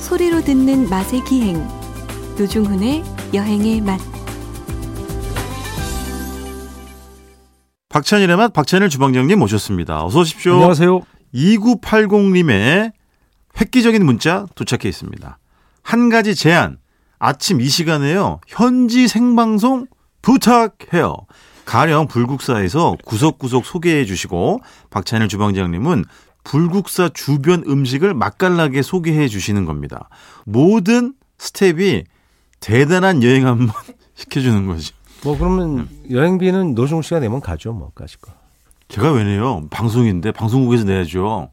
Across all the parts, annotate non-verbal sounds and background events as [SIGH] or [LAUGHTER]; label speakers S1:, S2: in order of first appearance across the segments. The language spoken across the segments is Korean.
S1: 소리로 듣는 맛의 기행 노중훈의 여행의 맛
S2: 박찬일의 맛 박찬일 주방장님 모셨습니다. 어서 오십시오.
S3: 안녕하세요.
S2: 2980님의 획기적인 문자 도착해 있습니다. 한 가지 제안. 아침 이 시간에요. 현지 생방송 부탁해요. 가령 불국사에서 구석구석 소개해 주시고 박찬일 주방장님은 불국사 주변 음식을 맛깔나게 소개해 주시는 겁니다. 모든 스텝이 대단한 여행 한번 [LAUGHS] 시켜주는 거죠.
S3: 뭐 그러면
S2: 음.
S3: 여행비는 노종 씨가 내면 가죠 뭐 가실 거.
S2: 제가 왜 내요? 방송인데 방송국에서 내야죠.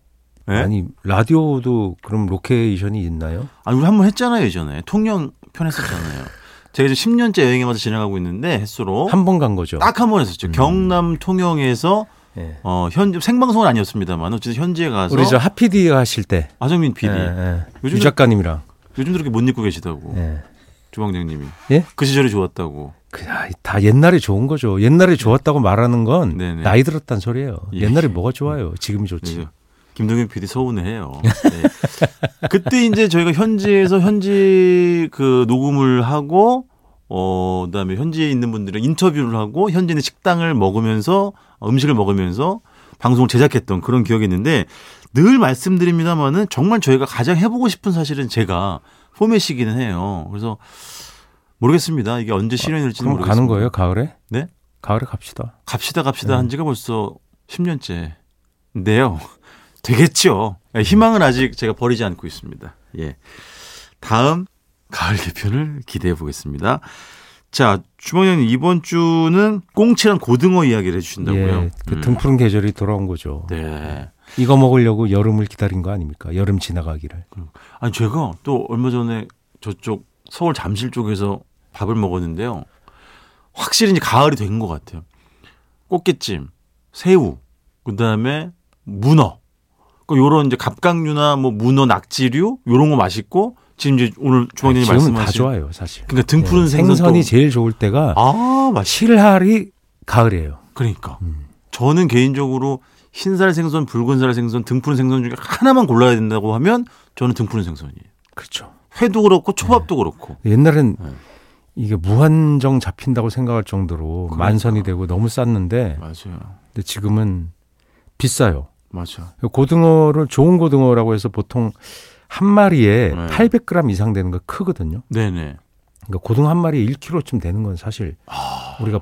S2: 예?
S3: 아니 라디오도 그럼 로케이션이 있나요?
S2: 아니 우리 한 번 했잖아요 예전에 통영 편 했었잖아요. 제가 이제 10년째 여행에마다 진행하고 있는데 횟수로
S3: 한 음. 번 간 거죠.
S2: 어? 딱 한 번 했었죠. 경남 통영에서
S3: 예.
S2: 어, 현 생방송은 아니었습니다만 어쨌든 현지에 가서
S3: 우리 저 하피디 하실 때
S2: 아정민 PD
S3: 예, 예.
S2: 요즘은-
S3: 유 작가님이랑
S2: 요즘 그렇게 못 입고 계시다고
S3: 예.
S2: 주방장님이
S3: 예?
S2: 그 시절이 좋았다고
S3: 그냥 다 옛날에 좋은 거죠. 옛날에 좋았다고 말하는 건
S2: 네. 네네.
S3: 나이 들었다는 소리예요.
S2: 예. 네,
S3: 옛날에 뭐가 좋아요? 지금이 좋지.
S2: 그래서 김동현 PD 서운해해요. 네. [LAUGHS] 그때 이제 저희가 현지에서 현지 그 녹음을 하고 어 그다음에 현지에 있는 분들이랑 인터뷰를 하고 현지에 있는 식당을 먹으면서 어, 음식을 먹으면서 방송을 제작했던 그런 기억이 있는데 늘 말씀드립니다만은 정말 저희가 가장 해보고 싶은 사실은 제가 포맷이기는 해요. 그래서 모르겠습니다. 이게 언제 실현이 될지
S3: 그럼
S2: 모르겠습니다.
S3: 가는 거예요 가을에?
S2: 네?
S3: 가을에 갑시다.
S2: 갑시다 갑시다
S3: 네.
S2: 한 지가 벌써 10년째. 네요. [LAUGHS] 되겠죠. 예, 희망은 아직 제가 버리지 않고 있습니다. 예. 다음 가을 개편을 기대해 보겠습니다. 자, 주방장님 이번 주는 꽁치랑 고등어 이야기를 해 주신다고요. 음.
S3: 예, 그 등푸른 계절이 돌아온 거죠.
S2: 네.
S3: 이거 먹으려고 여름을 기다린 거 아닙니까? 여름 지나가기를.
S2: 아니 제가 또 얼마 전에 저쪽 서울 잠실 쪽에서 밥을 먹었는데요. 확실히 이제 가을이 된 것 같아요. 꽃게찜, 새우, 그 다음에 문어. 그 요런 이제 갑각류나 뭐 문어, 낙지류 요런 거 맛있고 지금 이제 오늘 주방장님
S3: 지금은 다
S2: 말씀하신
S3: 좋아요 사실.
S2: 그러니까 등푸른
S3: 예,
S2: 생선
S3: 생선이
S2: 또-
S3: 제일 좋을 때가
S2: 아 맛있.
S3: 실할이 가을이에요.
S2: 그러니까
S3: 음.
S2: 저는 개인적으로 흰살 생선, 붉은살 생선, 등푸른 생선 중에 하나만 골라야 된다고 하면 저는 등푸른 생선이에요.
S3: 그렇죠.
S2: 회도 그렇고 초밥도 그렇고.
S3: 옛날엔
S2: 네.
S3: 이게 무한정 잡힌다고 생각할 정도로
S2: 그러니까.
S3: 만선이 되고 너무 쌌는데
S2: 맞아요.
S3: 근데 지금은 비싸요.
S2: 맞아.
S3: 고등어를 좋은 고등어라고 해서 보통 한 마리에
S2: 네.
S3: 800g 이상 되는 거 크거든요.
S2: 네네.
S3: 그러니까 고등어 한 마리에 1kg쯤 되는 건 사실
S2: 아.
S3: 우리가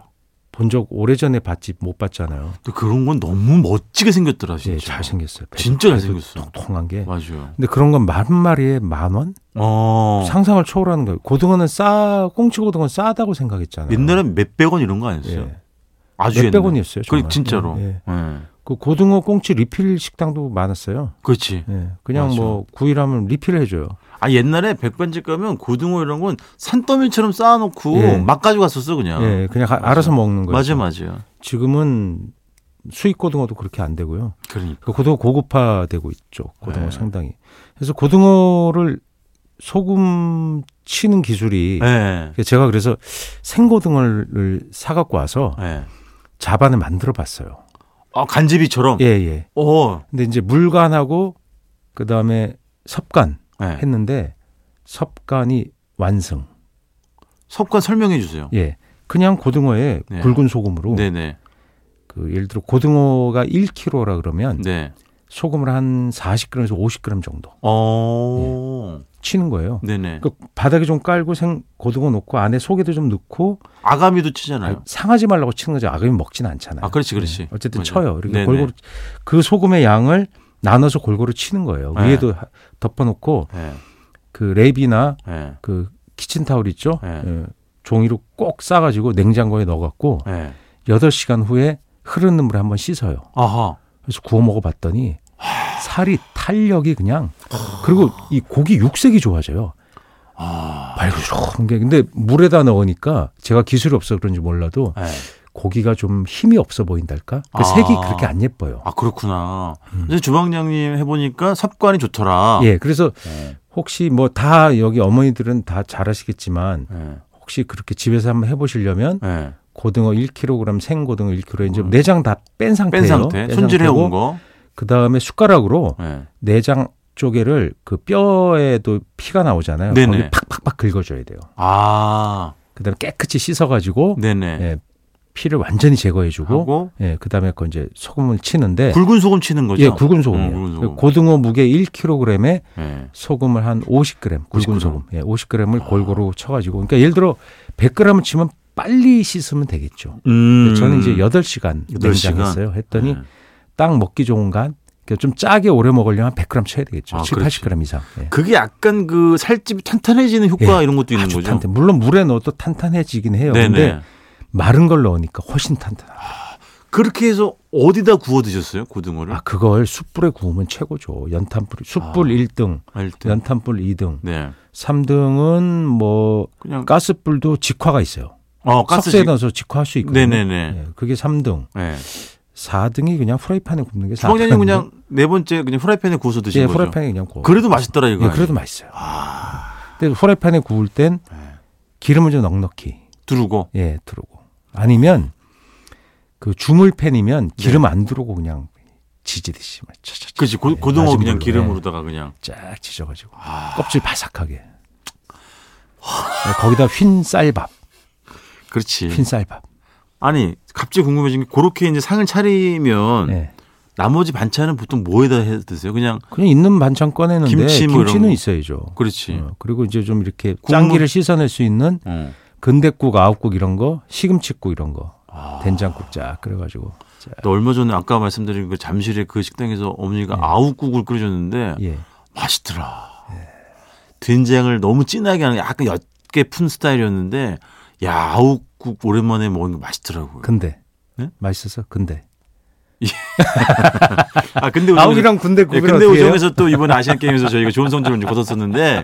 S3: 본 적 오래전에 봤지 못 봤잖아요.
S2: 또 그런 건 너무 멋지게 생겼더라
S3: 예,
S2: 진짜.
S3: 잘 생겼어요. 네, 그
S2: 진짜 잘생겼어.
S3: 통통한 게.
S2: 맞아요.
S3: 근데 그런 건 만 마리에 만 원?
S2: 어.
S3: 상상을 초월하는 거예요. 고등어는 싸, 꽁치 고등어는 싸다고 생각했잖아요.
S2: 옛날엔 몇백 원 이런 거 아니었어요?
S3: 예.
S2: 아주
S3: 몇백
S2: 옛날.
S3: 원이었어요.
S2: 그
S3: 정말.
S2: 진짜로.
S3: 예, 예.
S2: 예.
S3: 그 고등어 꽁치 리필 식당도 많았어요.
S2: 그렇지.
S3: 예. 그냥
S2: 맞아.
S3: 뭐 구이라면 리필 해줘요.
S2: 아 옛날에 백반집 가면 고등어 이런 건 산더미처럼 쌓아놓고
S3: 예.
S2: 막 가져갔었어 그냥.
S3: 예, 그냥 가-
S2: 맞아.
S3: 알아서 먹는 거예요.
S2: 맞아 맞아요.
S3: 지금은 수입 고등어도 그렇게 안 되고요.
S2: 그러니까.
S3: 그 고등어 고급화되고 있죠. 고등어
S2: 네.
S3: 상당히. 그래서 고등어를 소금 치는 기술이
S2: 예.
S3: 제가 그래서 생고등어를 사갖고 와서
S2: 예.
S3: 자반을 만들어 봤어요.
S2: 아 간제비처럼. 어.
S3: 예, 예.
S2: 오.
S3: 근데 이제 물간하고 그 다음에 섭간
S2: 예.
S3: 했는데 섭간이 완성.
S2: 석관 설명해 주세요.
S3: 예. 그냥 고등어에
S2: 네.
S3: 굵은 소금으로
S2: 네네.
S3: 그 예를 들어 고등어가 1kg라 그러면
S2: 네.
S3: 소금을 한 40g에서 50g 정도
S2: 어.
S3: 치는 거예요.
S2: 네네.
S3: 그 바닥에 좀 깔고 생 고등어 넣고 안에 소개도 좀 넣고
S2: 아가미도
S3: 아니,
S2: 치잖아요.
S3: 상하지 말라고 치는 거죠. 아그이 먹진 않잖아요.
S2: 네. 아 그렇지 그렇지.
S3: 네. 어쨌든
S2: 맞아요.
S3: 쳐요. 이렇게
S2: 네네.
S3: 골고루 그 소금의 양을 나눠서 골고루 치는 거예요.
S2: 네.
S3: 위에도 하- 덮어놓고
S2: 예.
S3: 그 랩이나
S2: 예.
S3: 그 키친타올 있죠.
S2: 네.
S3: 예, 종이로 꼭 싸가지고 냉장고에 넣어갖고
S2: 예.
S3: 8시간 후에 흐르는 물에 한번 씻어요.
S2: 아하.
S3: 그래서 구워 먹어봤더니 살이 탄력이 그냥 그리고 이 고기 육색이 좋아져요.
S2: 아.
S3: 발그런 게 근데 물에다 넣으니까 제가 기술이 없어 그런지 몰라도
S2: 예.
S3: 고기가 좀 힘이 없어 보인달까? 그
S2: 아.
S3: 색이 그렇게 안 예뻐요.
S2: 아 그렇구나. 그래서 주방장님 해보니까 섭관이 좋더라.
S3: 음. 예, 그래서
S2: 예.
S3: 혹시 뭐 다 여기 어머니들은 다 잘하시겠지만
S2: 예.
S3: 혹시 그렇게 집에서 한번 해보시려면
S2: 예.
S3: 고등어 1kg, 생고등어 1kg 이제
S2: 음.
S3: 내장 다 뺀 상태예요.
S2: 뺀 상태, 손질해 온 거.
S3: 그 다음에 숟가락으로
S2: 예.
S3: 내장 쪽에를 그 뼈에도 피가 나오잖아요.
S2: 네네.
S3: 거기 팍팍팍 긁어줘야 돼요.
S2: 아,
S3: 그다음에 깨끗이 씻어가지고
S2: 네네.
S3: 예, 피를 완전히 제거해주고,
S2: 음. 하고
S3: 예, 그다음에 그 이제 소금을 치는데,
S2: 굵은 소금 치는 거죠.
S3: 예, 굵은 소금이에요.
S2: 음, 굵은 소금.
S3: 고등어 무게 1kg에
S2: 예.
S3: 소금을 한 50g, 굵은
S2: 50g.
S3: 소금, 예, 50g을
S2: 아.
S3: 골고루 쳐가지고, 그러니까 예를 들어 100g을 치면 빨리 씻으면 되겠죠.
S2: 음.
S3: 저는 이제 8시간
S2: 여덟 시간.
S3: 냉장했어요. 했더니
S2: 예.
S3: 딱 먹기 좋은 간, 그러니까 좀 짜게 오래 먹으려면 한 100g 쳐야 되겠죠.
S2: 아,
S3: 7,
S2: 그렇지.
S3: 80g 이상. 예.
S2: 그게 약간 그 살집이 탄탄해지는 효과 이런 것도 있는
S3: 아주
S2: 거죠.
S3: 탄탄. 물론 물에 넣어도 탄탄해지긴 해요.
S2: 네네.
S3: 근데 마른 걸 넣으니까 훨씬 탄탄하다.
S2: 그렇게 해서 어디다 구워 드셨어요? 고등어를?
S3: 아, 그걸 숯불에 구우면 최고죠. 연탄불, 숯불
S2: 아.
S3: 일 1등,
S2: 할 때.
S3: 연탄불 2등,
S2: 네.
S3: 3등은 뭐
S2: 그냥
S3: 가스불도 직화가 있어요.
S2: 어, 가스
S3: 석쇠에 넣어서 직화할 수 있거든요.
S2: 네네네.
S3: 예, 그게 3등.
S2: 네.
S3: 4등이 그냥 프라이팬에 굽는 게 4등.
S2: 형제님 그냥 네 번째 그냥 후라이팬에 구워서 드신
S3: 예,
S2: 거죠.
S3: 프라이팬에 그냥 구워.
S2: 그래도 맛있더라 이거.
S3: 예, 그래도 맛있어요. 아. 근데 프라이팬에 구울 땐
S2: 예.
S3: 기름을 좀 넉넉히
S2: 두르고.
S3: 예, 두르고. 아니면 그 주물팬이면
S2: 네.
S3: 기름 안 두르고 그냥 지지듯이 막 차차차
S2: 그렇지.
S3: 예,
S2: 고, 고등어
S3: 낮은
S2: 그냥
S3: 불로, 예.
S2: 기름으로다가 그냥.
S3: 쫙 지져가지고
S2: 아,
S3: 껍질 바삭하게. 예, 거기다 흰 쌀밥,
S2: 그렇지.
S3: 흰 쌀밥.
S2: 아니, 갑자기 궁금해진 게 그렇게 이제 상을 차리면
S3: 예.
S2: 나머지 반찬은 보통 뭐에다 해 드세요? 그냥
S3: 그냥 있는 반찬 꺼내는데
S2: 김치 뭐 이런
S3: 김치는
S2: 거.
S3: 있어야죠.
S2: 그렇지.
S3: 어, 그리고 이제 좀 이렇게
S2: 국물-
S3: 짠기를 씻어낼 수 있는
S2: 어.
S3: 근대국, 아욱국 이런 거, 시금치국 이런 거,
S2: 아.
S3: 된장국 쫙 끓여가지고. 쫙.
S2: 또 얼마 전에 아까 말씀드린 그 잠실의 그 식당에서 어머니가 아욱국을 끓여줬는데
S3: 예.
S2: 맛있더라. 된장을 너무 진하게 하는 약간 옅게 푼 스타일이었는데 야 아욱국 오랜만에 먹은 게 맛있더라고요.
S3: 근데
S2: 네?
S3: 맛있어서 근데
S2: 아 근데 우정에서-
S3: 아욱이랑 군대
S2: 예,
S3: 국이
S2: 근데 우정에서 또 이번 아시안 게임에서 저희가 좋은 성적을 이제 거뒀었는데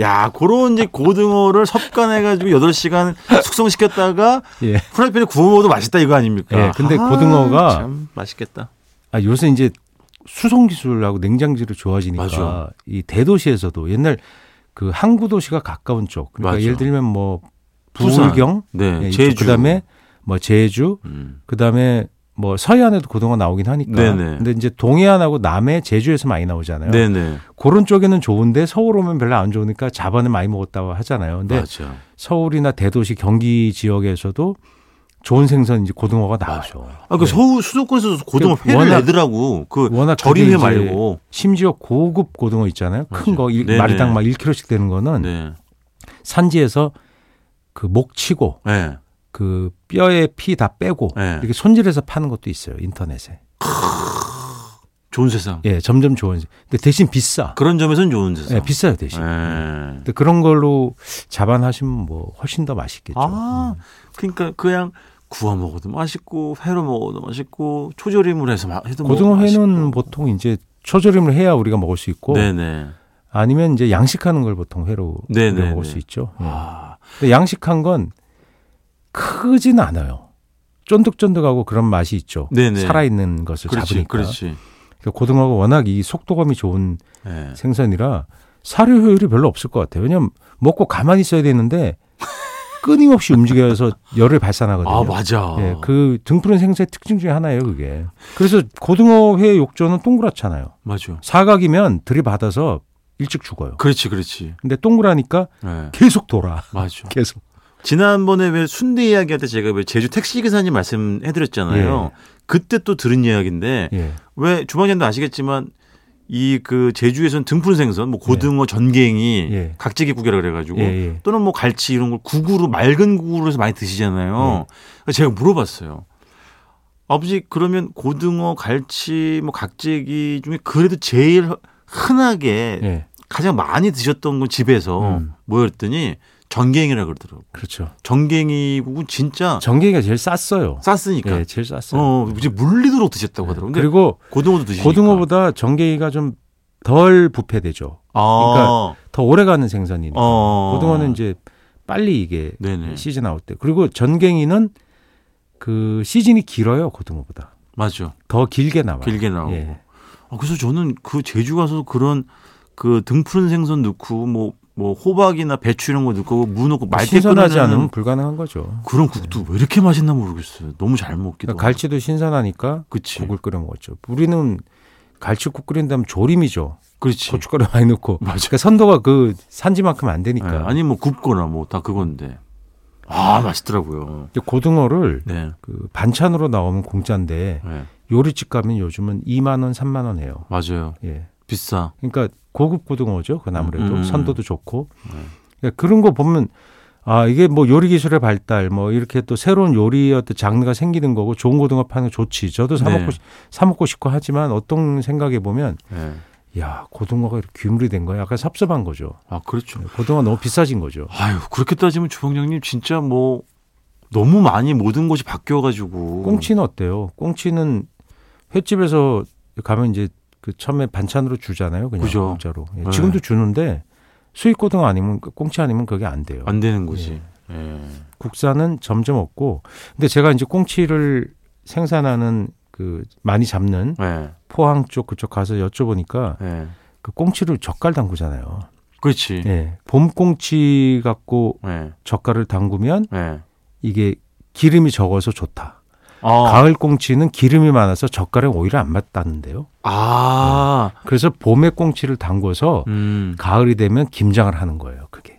S2: 야 그런 이제 고등어를 섭간해가지고 8시간 숙성시켰다가
S3: 예.
S2: 프라이팬에 구워 먹어도 맛있다 이거 아닙니까?
S3: 예, 근데
S2: 아,
S3: 고등어가
S2: 참 맛있겠다.
S3: 아, 요새 이제 수송 기술하고 냉장지로 좋아지니까
S2: 맞아.
S3: 이 대도시에서도 옛날 그 항구 도시가 가까운 쪽 그러니까
S2: 맞아.
S3: 예를 들면 뭐
S2: 부산.
S3: 부울경
S2: 네,
S3: 예, 이쪽,
S2: 제주.
S3: 그다음에 뭐 제주
S2: 음.
S3: 그다음에 뭐 서해안에도 고등어 나오긴 하니까
S2: 네네.
S3: 근데 이제 동해안하고 남해 제주에서 많이 나오잖아요.
S2: 네네
S3: 그런 쪽에는 좋은데 서울 오면 별로 안 좋으니까 자반을 많이 먹었다고 하잖아요. 근데
S2: 맞아.
S3: 서울이나 대도시 경기 지역에서도 좋은 생선 이제 고등어가 나오죠.
S2: 아, 그
S3: 네.
S2: 서울 수도권에서 고등어
S3: 그
S2: 회를
S3: 워낙-
S2: 내더라고. 그
S3: 워낙 그게
S2: 절임회
S3: 이제
S2: 말고.
S3: 심지어 고급 고등어 있잖아요. 큰
S2: 맞아요.
S3: 거
S2: 네네.
S3: 마리당 막 1kg씩 되는 거는
S2: 네.
S3: 산지에서 그 목 치고
S2: 네.
S3: 그 뼈에 피 다 빼고
S2: 네.
S3: 이렇게 손질해서 파는 것도 있어요 인터넷에.
S2: 좋은 세상.
S3: 예, 점점 좋은. 근데 대신 비싸.
S2: 그런 점에서는 좋은 세상.
S3: 예, 비싸요 대신.
S2: 예.
S3: 근데 그런 걸로 자반하시면 뭐 훨씬 더 맛있겠죠.
S2: 아, 그러니까 그냥 구워 먹어도 맛있고 회로 먹어도 맛있고 초절임을 해서 마, 해도
S3: 고등어
S2: 먹어도
S3: 회는
S2: 뭐 맛있고.
S3: 보통 이제 초절임을 해야 우리가 먹을 수 있고 예.
S2: 네네.
S3: 아니면 이제 양식하는 걸 보통 회로
S2: 네,
S3: 우리가
S2: 네,
S3: 먹을
S2: 네.
S3: 수 있죠. 예.
S2: 아,
S3: 근데 양식한 건 크진 않아요. 쫀득쫀득하고 그런 맛이 있죠.
S2: 네네.
S3: 살아있는 것을
S2: 그렇지,
S3: 잡으니까.
S2: 그렇지.
S3: 그래서 고등어가 워낙 이 속도감이 좋은
S2: 예.
S3: 생선이라 사료 효율이 별로 없을 것 같아요. 왜냐면 먹고 가만히 있어야 되는데 끊임없이 움직여서 열을 발산하거든요.
S2: 아, 맞아.
S3: 예, 그 등푸른 생선의 특징 중에 하나예요, 그게. 그래서 고등어 회 욕조는 동그랗잖아요.
S2: 맞아.
S3: 사각이면 들이받아서 일찍 죽어요.
S2: 그렇지, 그렇지.
S3: 근데 동그라니까
S2: 예.
S3: 계속 돌아. [LAUGHS]
S2: 맞아.
S3: 계속.
S2: 지난번에 왜 순대 이야기할 때 제가 왜 제주 택시 기사님 말씀해드렸잖아요. 그때 또 들은 이야기인데
S3: 예.
S2: 왜 주방장도 아시겠지만 이 그 제주에선 등푸른 생선, 뭐 고등어, 전갱이,
S3: 예.
S2: 각지기국이라 그래가지고
S3: 예, 예.
S2: 또는 뭐 갈치 이런 걸 국으로 맑은 국으로 해서 많이 드시잖아요.
S3: 예.
S2: 그래서 제가 물어봤어요. 아버지 그러면 고등어, 갈치, 뭐 각지기 중에 그래도 제일 흔하게
S3: 예.
S2: 가장 많이 드셨던 건 집에서
S3: 음.
S2: 뭐였더니 전갱이라 그러더라고.
S3: 그렇죠.
S2: 전갱이국은 진짜
S3: 전갱이가 제일 쌌어요.
S2: 쌌으니까.
S3: 예, 제일 쌌어요.
S2: 아. 어, 이제 물리도록 드셨다고 하더라고요. 근데
S3: 그리고
S2: 고등어도 드시니까.
S3: 고등어보다 전갱이가 좀 덜 부패되죠.
S2: 아,
S3: 더 오래가는 생선이니까.
S2: 어.
S3: 고등어는 그러니까 이제 빨리 이게
S2: 네네.
S3: 시즌 아웃 때. 그리고 전갱이는 그 시즌이 길어요 고등어보다.
S2: 맞아.
S3: 더 길게 나와요.
S2: 길게 나오고.
S3: 예.
S2: 아, 그래서 저는 그 제주 가서 그런 그 등푸른 생선 넣고 뭐, 뭐 호박이나 배추 이런 거 넣고 뭐 무 넣고 말대
S3: 신선하지
S2: 끓이는
S3: 않으면 불가능한 거죠.
S2: 그런 국도 왜 이렇게 맛있나 모르겠어요. 너무 잘 먹기도.
S3: 그러니까 갈치도 신선하니까
S2: 그치.
S3: 국을 끓여 먹었죠. 우리는 갈치국 끓인 다음 조림이죠.
S2: 그렇지.
S3: 고춧가루 많이 넣고.
S2: 맞아.
S3: 그러니까 선도가 그 산지만큼 안
S2: 예,
S3: 되니까.
S2: 아니 뭐 굽거나 뭐 다 그건데. 아 맛있더라고요.
S3: 근데 고등어를
S2: 네.
S3: 그 반찬으로 나오면 공짜인데
S2: 예,
S3: 요리집 가면 요즘은 2만 원, 3만 원 해요.
S2: 맞아요.
S3: 예.
S2: 비싸.
S3: 그러니까 고급 고등어죠. 그 아무래도
S2: 음, 네. 음,
S3: 선도도 좋고. 그런거 보면 아 이게 뭐 요리 기술의 발달 뭐 이렇게 또 새로운 요리 어떤 장르가 생기는 거고 좋은 고등어 파는 거 좋지. 저도 사
S2: 네.
S3: 먹고 싶- 사 먹고 싶고 하지만 어떤 생각에 보면
S2: 예.
S3: 야 고등어가 이렇게 귀물이 된 거야. 약간 섭섭한 거죠.
S2: 아 그렇죠.
S3: 고등어 너무 비싸진 거죠.
S2: 아유 그렇게 따지면 주방장님 진짜 뭐 너무 많이 모든 것이 바뀌어가지고.
S3: 음. 꽁치는 어때요? 꽁치는 횟집에서 가면 이제 그 처음에 반찬으로 주잖아요. 그냥
S2: 그죠.
S3: 공짜로. 예,
S2: 네.
S3: 지금도 주는데 수입 고등어 아니면 꽁치 아니면 그게 안 돼요.
S2: 안 되는 거지. 예.
S3: 국산은 점점 없고 근데 제가 이제 꽁치를 생산하는 그 많이 잡는
S2: 예.
S3: 포항 쪽 그쪽 가서 여쭤보니까
S2: 예.
S3: 그 꽁치를 젓갈 담그잖아요.
S2: 그렇지. 예.
S3: 예. 봄 꽁치 갖고
S2: 예.
S3: 젓갈을 담그면 이게 기름이 적어서 좋다.
S2: 아.
S3: 가을 꽁치는 기름이 많아서 젓갈에 오히려 안 맞다는데요.
S2: 아.
S3: 그래서 봄에 꽁치를 담궈서
S2: 음.
S3: 가을이 되면 김장을 하는 거예요. 그게.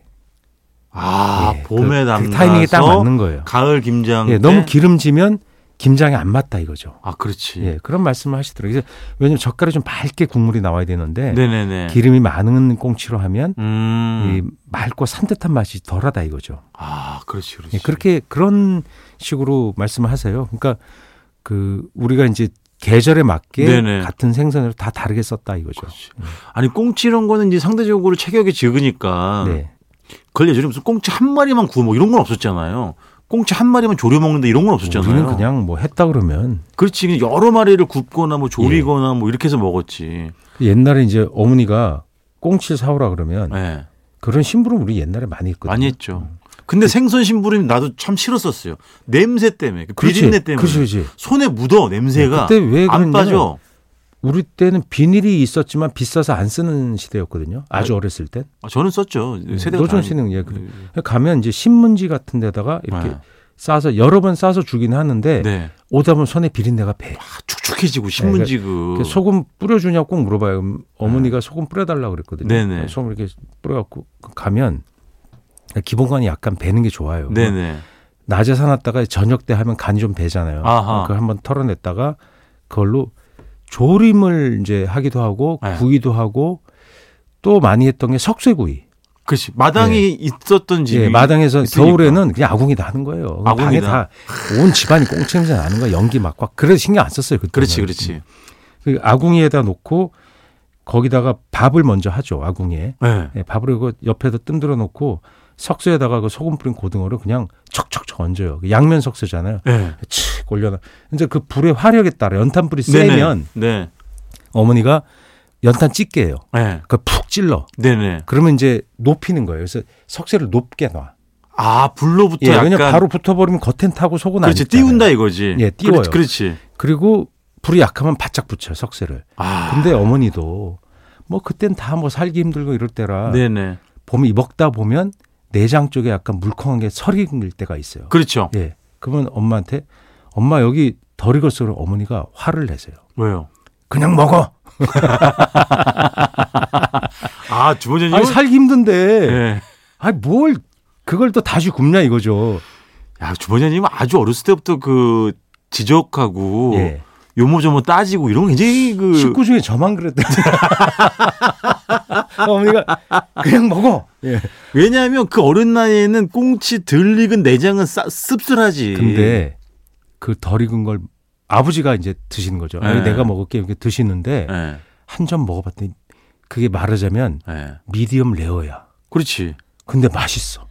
S2: 아
S3: 예,
S2: 봄에
S3: 그-
S2: 담가서
S3: 그 타이밍에 딱 맞는 거예요.
S2: 가을 김장.
S3: 예,
S2: 때?
S3: 너무 기름지면 김장에 안 맞다 이거죠.
S2: 아 그렇지.
S3: 예, 그런 말씀을 하시더라고요. 그래서 왜냐면 젓갈이 좀 맑게 국물이 나와야 되는데
S2: 네네네.
S3: 기름이 많은 꽁치로 하면
S2: 음.
S3: 이 맑고 산뜻한 맛이 덜하다 이거죠.
S2: 아 그렇지 그렇지.
S3: 예, 그렇게 그런 식으로 말씀을 하세요. 그러니까 그 우리가 이제 계절에 맞게
S2: 네네.
S3: 같은 생선으로 다 다르게 썼다 이거죠.
S2: 그렇지. 아니 꽁치 이런 거는 이제 상대적으로 체격이 적으니까
S3: 네.
S2: 그걸 예전에 무슨 꽁치 한 마리만 구워 먹 이런 건 없었잖아요. 꽁치 한 마리만 조려 먹는다 이런 건 없었잖아요.
S3: 우리는 그냥 예. 뭐 했다 그러면
S2: 그렇지 그냥 여러 마리를 굽거나 뭐 조리거나 뭐 이렇게 해서 먹었지.
S3: 옛날에 이제 어머니가 꽁치 사오라 그러면
S2: 예.
S3: 그런 심부름 우리 옛날에 많이 했거든요. 그
S2: 많이 했죠. 근데 생선 심부름 나도 참 싫었었어요. 냄새 때문에 그
S3: 그렇지.
S2: 비린내 때문에
S3: 그렇지, 그렇지. 네,
S2: 손에 묻어 냄새가
S3: 그때 왜
S2: 안
S3: 그랬냐면
S2: 빠져.
S3: 우리 때는 비닐이 있었지만 비싸서 안 쓰는 시대였거든요. 아주 어렸을 땐.
S2: 아, 저는 썼죠. 세대가
S3: 네, 노준
S2: 다르니까.
S3: 씨는 예. 그래. 가면 이제 신문지 같은 데다가 이렇게 싸서 여러 번 싸서 주긴
S2: 네.
S3: 하는데
S2: 네.
S3: 오다 보면 손에 비린내가 배.
S2: 아, 축축해지고 신문지 그
S3: 그 소금 뿌려주냐고 꼭 물어봐요. 음, 어머니가 소금 뿌려달라고 그랬거든요.
S2: 네. 네네.
S3: 소금 이렇게 뿌려갖고 가면 기본관이 약간 배는 게 좋아요.
S2: 네네.
S3: 낮에 사놨다가 저녁 때 하면 간이 좀 배잖아요.
S2: 아하.
S3: 그걸 한번 털어냈다가 그걸로 조림을 이제 하기도 하고
S2: 네.
S3: 구이도 하고 또 많이 했던 게 석쇠구이.
S2: 그렇지. 마당이 있었던 집이
S3: 예, 마당에서
S2: 있으니까.
S3: 겨울에는 그냥 아궁이 나는 거예요.
S2: 아궁이
S3: 방에
S2: 나.
S3: 다온 집안이 꽁치 냄새 나는 거야. 연기 막 꽉. 그래서 신경 안 썼어요. 그때.
S2: 그렇지, 그렇지.
S3: 그 아궁이에다 놓고 거기다가 밥을 먼저 하죠. 아궁이에.
S2: 예.
S3: 예, 밥을 그 옆에다 뜸들어 놓고 석쇠에다가 그 소금 뿌린 고등어를 그냥 척척척 얹어요. 그 양면 석쇠잖아요.
S2: 예.
S3: 칙 올려놔. 이제 그 불의 화력에 따라 연탄불이 세면
S2: 네네.
S3: 어머니가 연탄 찢게요.
S2: 네. 예.
S3: 그푹 찔러.
S2: 네네.
S3: 그러면 이제 높이는 거예요. 그래서 석쇠를 높게 놔.
S2: 아, 불로부터
S3: 예,
S2: 약간
S3: 왜냐면 바로 붙어버리면 겉엔 타고 속은 안
S2: 그렇지.
S3: 익잖아요.
S2: 띄운다 이거지.
S3: 예, 띄워요.
S2: 그렇지. 그렇지.
S3: 그리고 불이 약하면 바짝 붙여요, 석쇠를.
S2: 아.
S3: 근데 어머니도 뭐 그땐 다 뭐 살기 힘들고 이럴 때라
S2: 네네.
S3: 보면 이 먹다 보면 내장 쪽에 약간 물컹한 게 설익을 때가 있어요.
S2: 그렇죠.
S3: 예. 그러면 엄마한테 엄마 여기 덜 익었어. 그럼 어머니가 화를 내세요.
S2: 왜요?
S3: 그냥 먹어.
S2: 아, 주번장님.
S3: 아니 살기 힘든데.
S2: 예.
S3: 아니 뭘 그걸 또 다시 굽냐 이거죠.
S2: 야, 주번장님 은 아주 어렸을 때부터 그 지적하고
S3: 예.
S2: 요모조모 따지고 이런 거 굉장히 그
S3: 식구 중에 저만 그랬다. [LAUGHS] 어머니가 그냥 먹어. 예.
S2: 왜냐하면 그 어른 나이에는 꽁치 덜 익은 내장은 싸, 씁쓸하지.
S3: 근데 그 덜 익은 걸 아버지가 이제 드시는 거죠. 아니,
S2: 예.
S3: 내가 먹을게 이렇게 드시는데
S2: 예.
S3: 한 점 먹어봤더니 그게 말하자면
S2: 예.
S3: 미디엄 레어야.
S2: 그렇지.
S3: 근데 맛있어.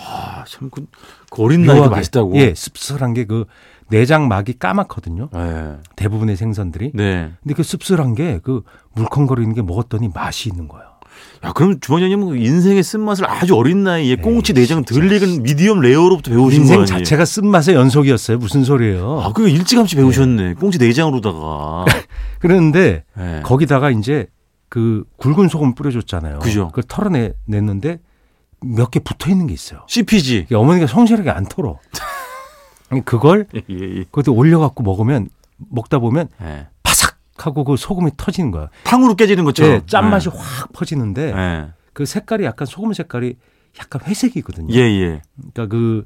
S2: 아, 참, 그, 그 어린 나이도
S3: 묘하게.
S2: 맛있다고.
S3: 예, 씁쓸한 게 그 내장막이 까맣거든요.
S2: 예.
S3: 대부분의 생선들이.
S2: 네.
S3: 근데 그 씁쓸한 게 그 물컹거리는 게 먹었더니 맛이 있는 거예요.
S2: 야, 그럼 주원장님은 인생의 쓴맛을 아주 어린 나이에 꽁치
S3: 에이,
S2: 내장 덜 익은 미디엄 레어로부터 배우신 거아니에
S3: 인생 자체가 쓴맛의 연속이었어요. 무슨 소리예요?
S2: 아, 그 일찌감치
S3: 예.
S2: 배우셨네. 꽁치
S3: [LAUGHS]
S2: 내장으로다가.
S3: 그런데
S2: 예.
S3: 거기다가 이제 그 굵은 소금 뿌려줬잖아요.
S2: 그죠.
S3: 그걸 털어냈는데 몇 개 붙어 있는 게 있어요.
S2: CPG.
S3: 이게 어머니가 성실하게 안 털어. 그걸
S2: 예, 예.
S3: 그것도 올려갖고 먹으면 먹다 보면
S2: 예.
S3: 바삭 하고 그 소금이 터지는 거야.
S2: 탕으로 깨지는 것처럼.
S3: 예, 짠맛이 확 퍼지는데
S2: 예.
S3: 그 색깔이 약간 소금 색깔이 약간 회색이거든요.
S2: 예, 예.
S3: 그러니까 그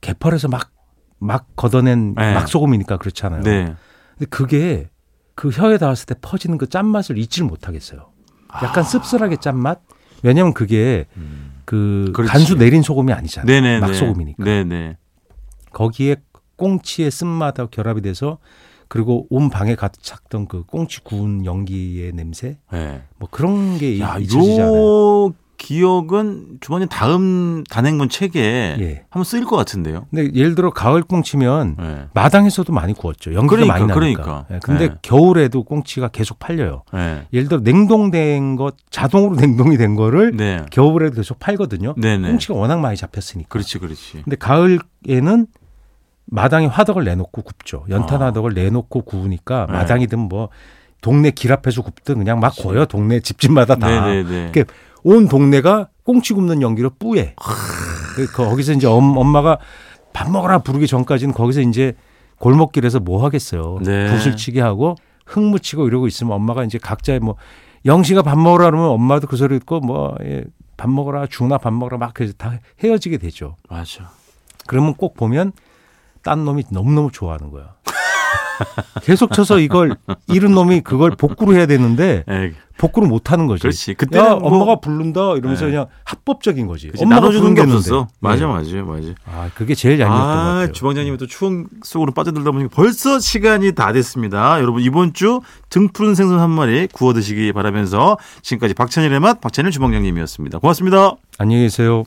S3: 개펄에서 막, 막 걷어낸
S2: 네.
S3: 막 소금이니까 그렇잖아요.
S2: 네.
S3: 근데 그게 그 혀에 닿았을 때 퍼지는 그 짠맛을 잊질 못하겠어요.
S2: 아.
S3: 약간 씁쓸하게 짠맛? 왜냐면 그게 그
S2: 음. 그렇지.
S3: 간수 내린 소금이 아니잖아요.
S2: 네네.
S3: 막 소금이니까.
S2: 네네.
S3: 거기에 꽁치의 쓴맛하고 결합이 돼서 그리고 온 방에 가득 찼던 그 꽁치 구운 연기의 냄새
S2: 예.
S3: 뭐 그런 게
S2: 야,
S3: 잊혀지지 않아요.
S2: 요 기억은 주번에 다음 단행본 책에
S3: 예.
S2: 한번 쓰일 것 같은데요.
S3: 근데 예를 들어 가을 꽁치면
S2: 예.
S3: 마당에서도 많이 구웠죠. 연기가
S2: 그러니까,
S3: 많이 나니까.
S2: 그러니까.
S3: 예, 근데
S2: 네.
S3: 겨울에도 꽁치가 계속 팔려요.
S2: 예.
S3: 예를 들어 냉동된 것 자동으로 [LAUGHS] 냉동이 된 거를
S2: 네.
S3: 겨울에도 계속 팔거든요.
S2: 네네.
S3: 꽁치가 워낙 많이 잡혔으니까.
S2: 그렇지, 그렇지.
S3: 근데 가을에는 마당에 화덕을 내놓고 굽죠. 연탄
S2: 아.
S3: 화덕을 내놓고 구우니까
S2: 네. 그렇죠.
S3: 마당이든 뭐 동네 길 앞에서 굽든 그냥 막 구워요. 동네 집집마다 다.
S2: 네네네.
S3: 이렇게 온 동네가 꽁치 굽는 연기로 뿌예. 그- 거기서 이제 엄, 엄마가 밥 먹으라 부르기 전까지는 거기서 이제 골목길에서 뭐 하겠어요.
S2: 네.
S3: 구슬치기 하고 흙묻히고 이러고 있으면 엄마가 이제 각자의 뭐 영시가 밥 먹으라 그러면 엄마도 그 소리 듣고 뭐 예, 밥 먹어라 중아 밥 먹어라 막 해서 다 헤어지게 되죠.
S2: 맞아.
S3: 그러면 꼭 보면 딴 놈이 너무너무 좋아하는 거야. [LAUGHS] 계속 쳐서 이걸 잃은 놈이 그걸 복구를 해야 되는데
S2: 예.
S3: 복구를 못 하는 거지.
S2: 그렇지.
S3: 야,
S2: 그때는 뭐-
S3: 엄마가 부른다 이러면서
S2: 네.
S3: 그냥 합법적인 거지.
S2: 그치,
S3: 엄마가
S2: 나눠주는 게
S3: 부른 했는데.
S2: 없었어. 맞아,
S3: 네.
S2: 맞아, 맞아.
S3: 아, 그게 제일 얄미웠던 것
S2: 아,
S3: 같아요. 네.
S2: 주방장님이 또 추억 속으로 빠져들다 보니까 벌써 시간이 다 됐습니다. 여러분 이번 주 등푸른 생선 한 마리 구워 드시기 바라면서 지금까지 박찬일의 맛 박찬일 주방장님이었습니다. 고맙습니다.
S3: 안녕히 계세요.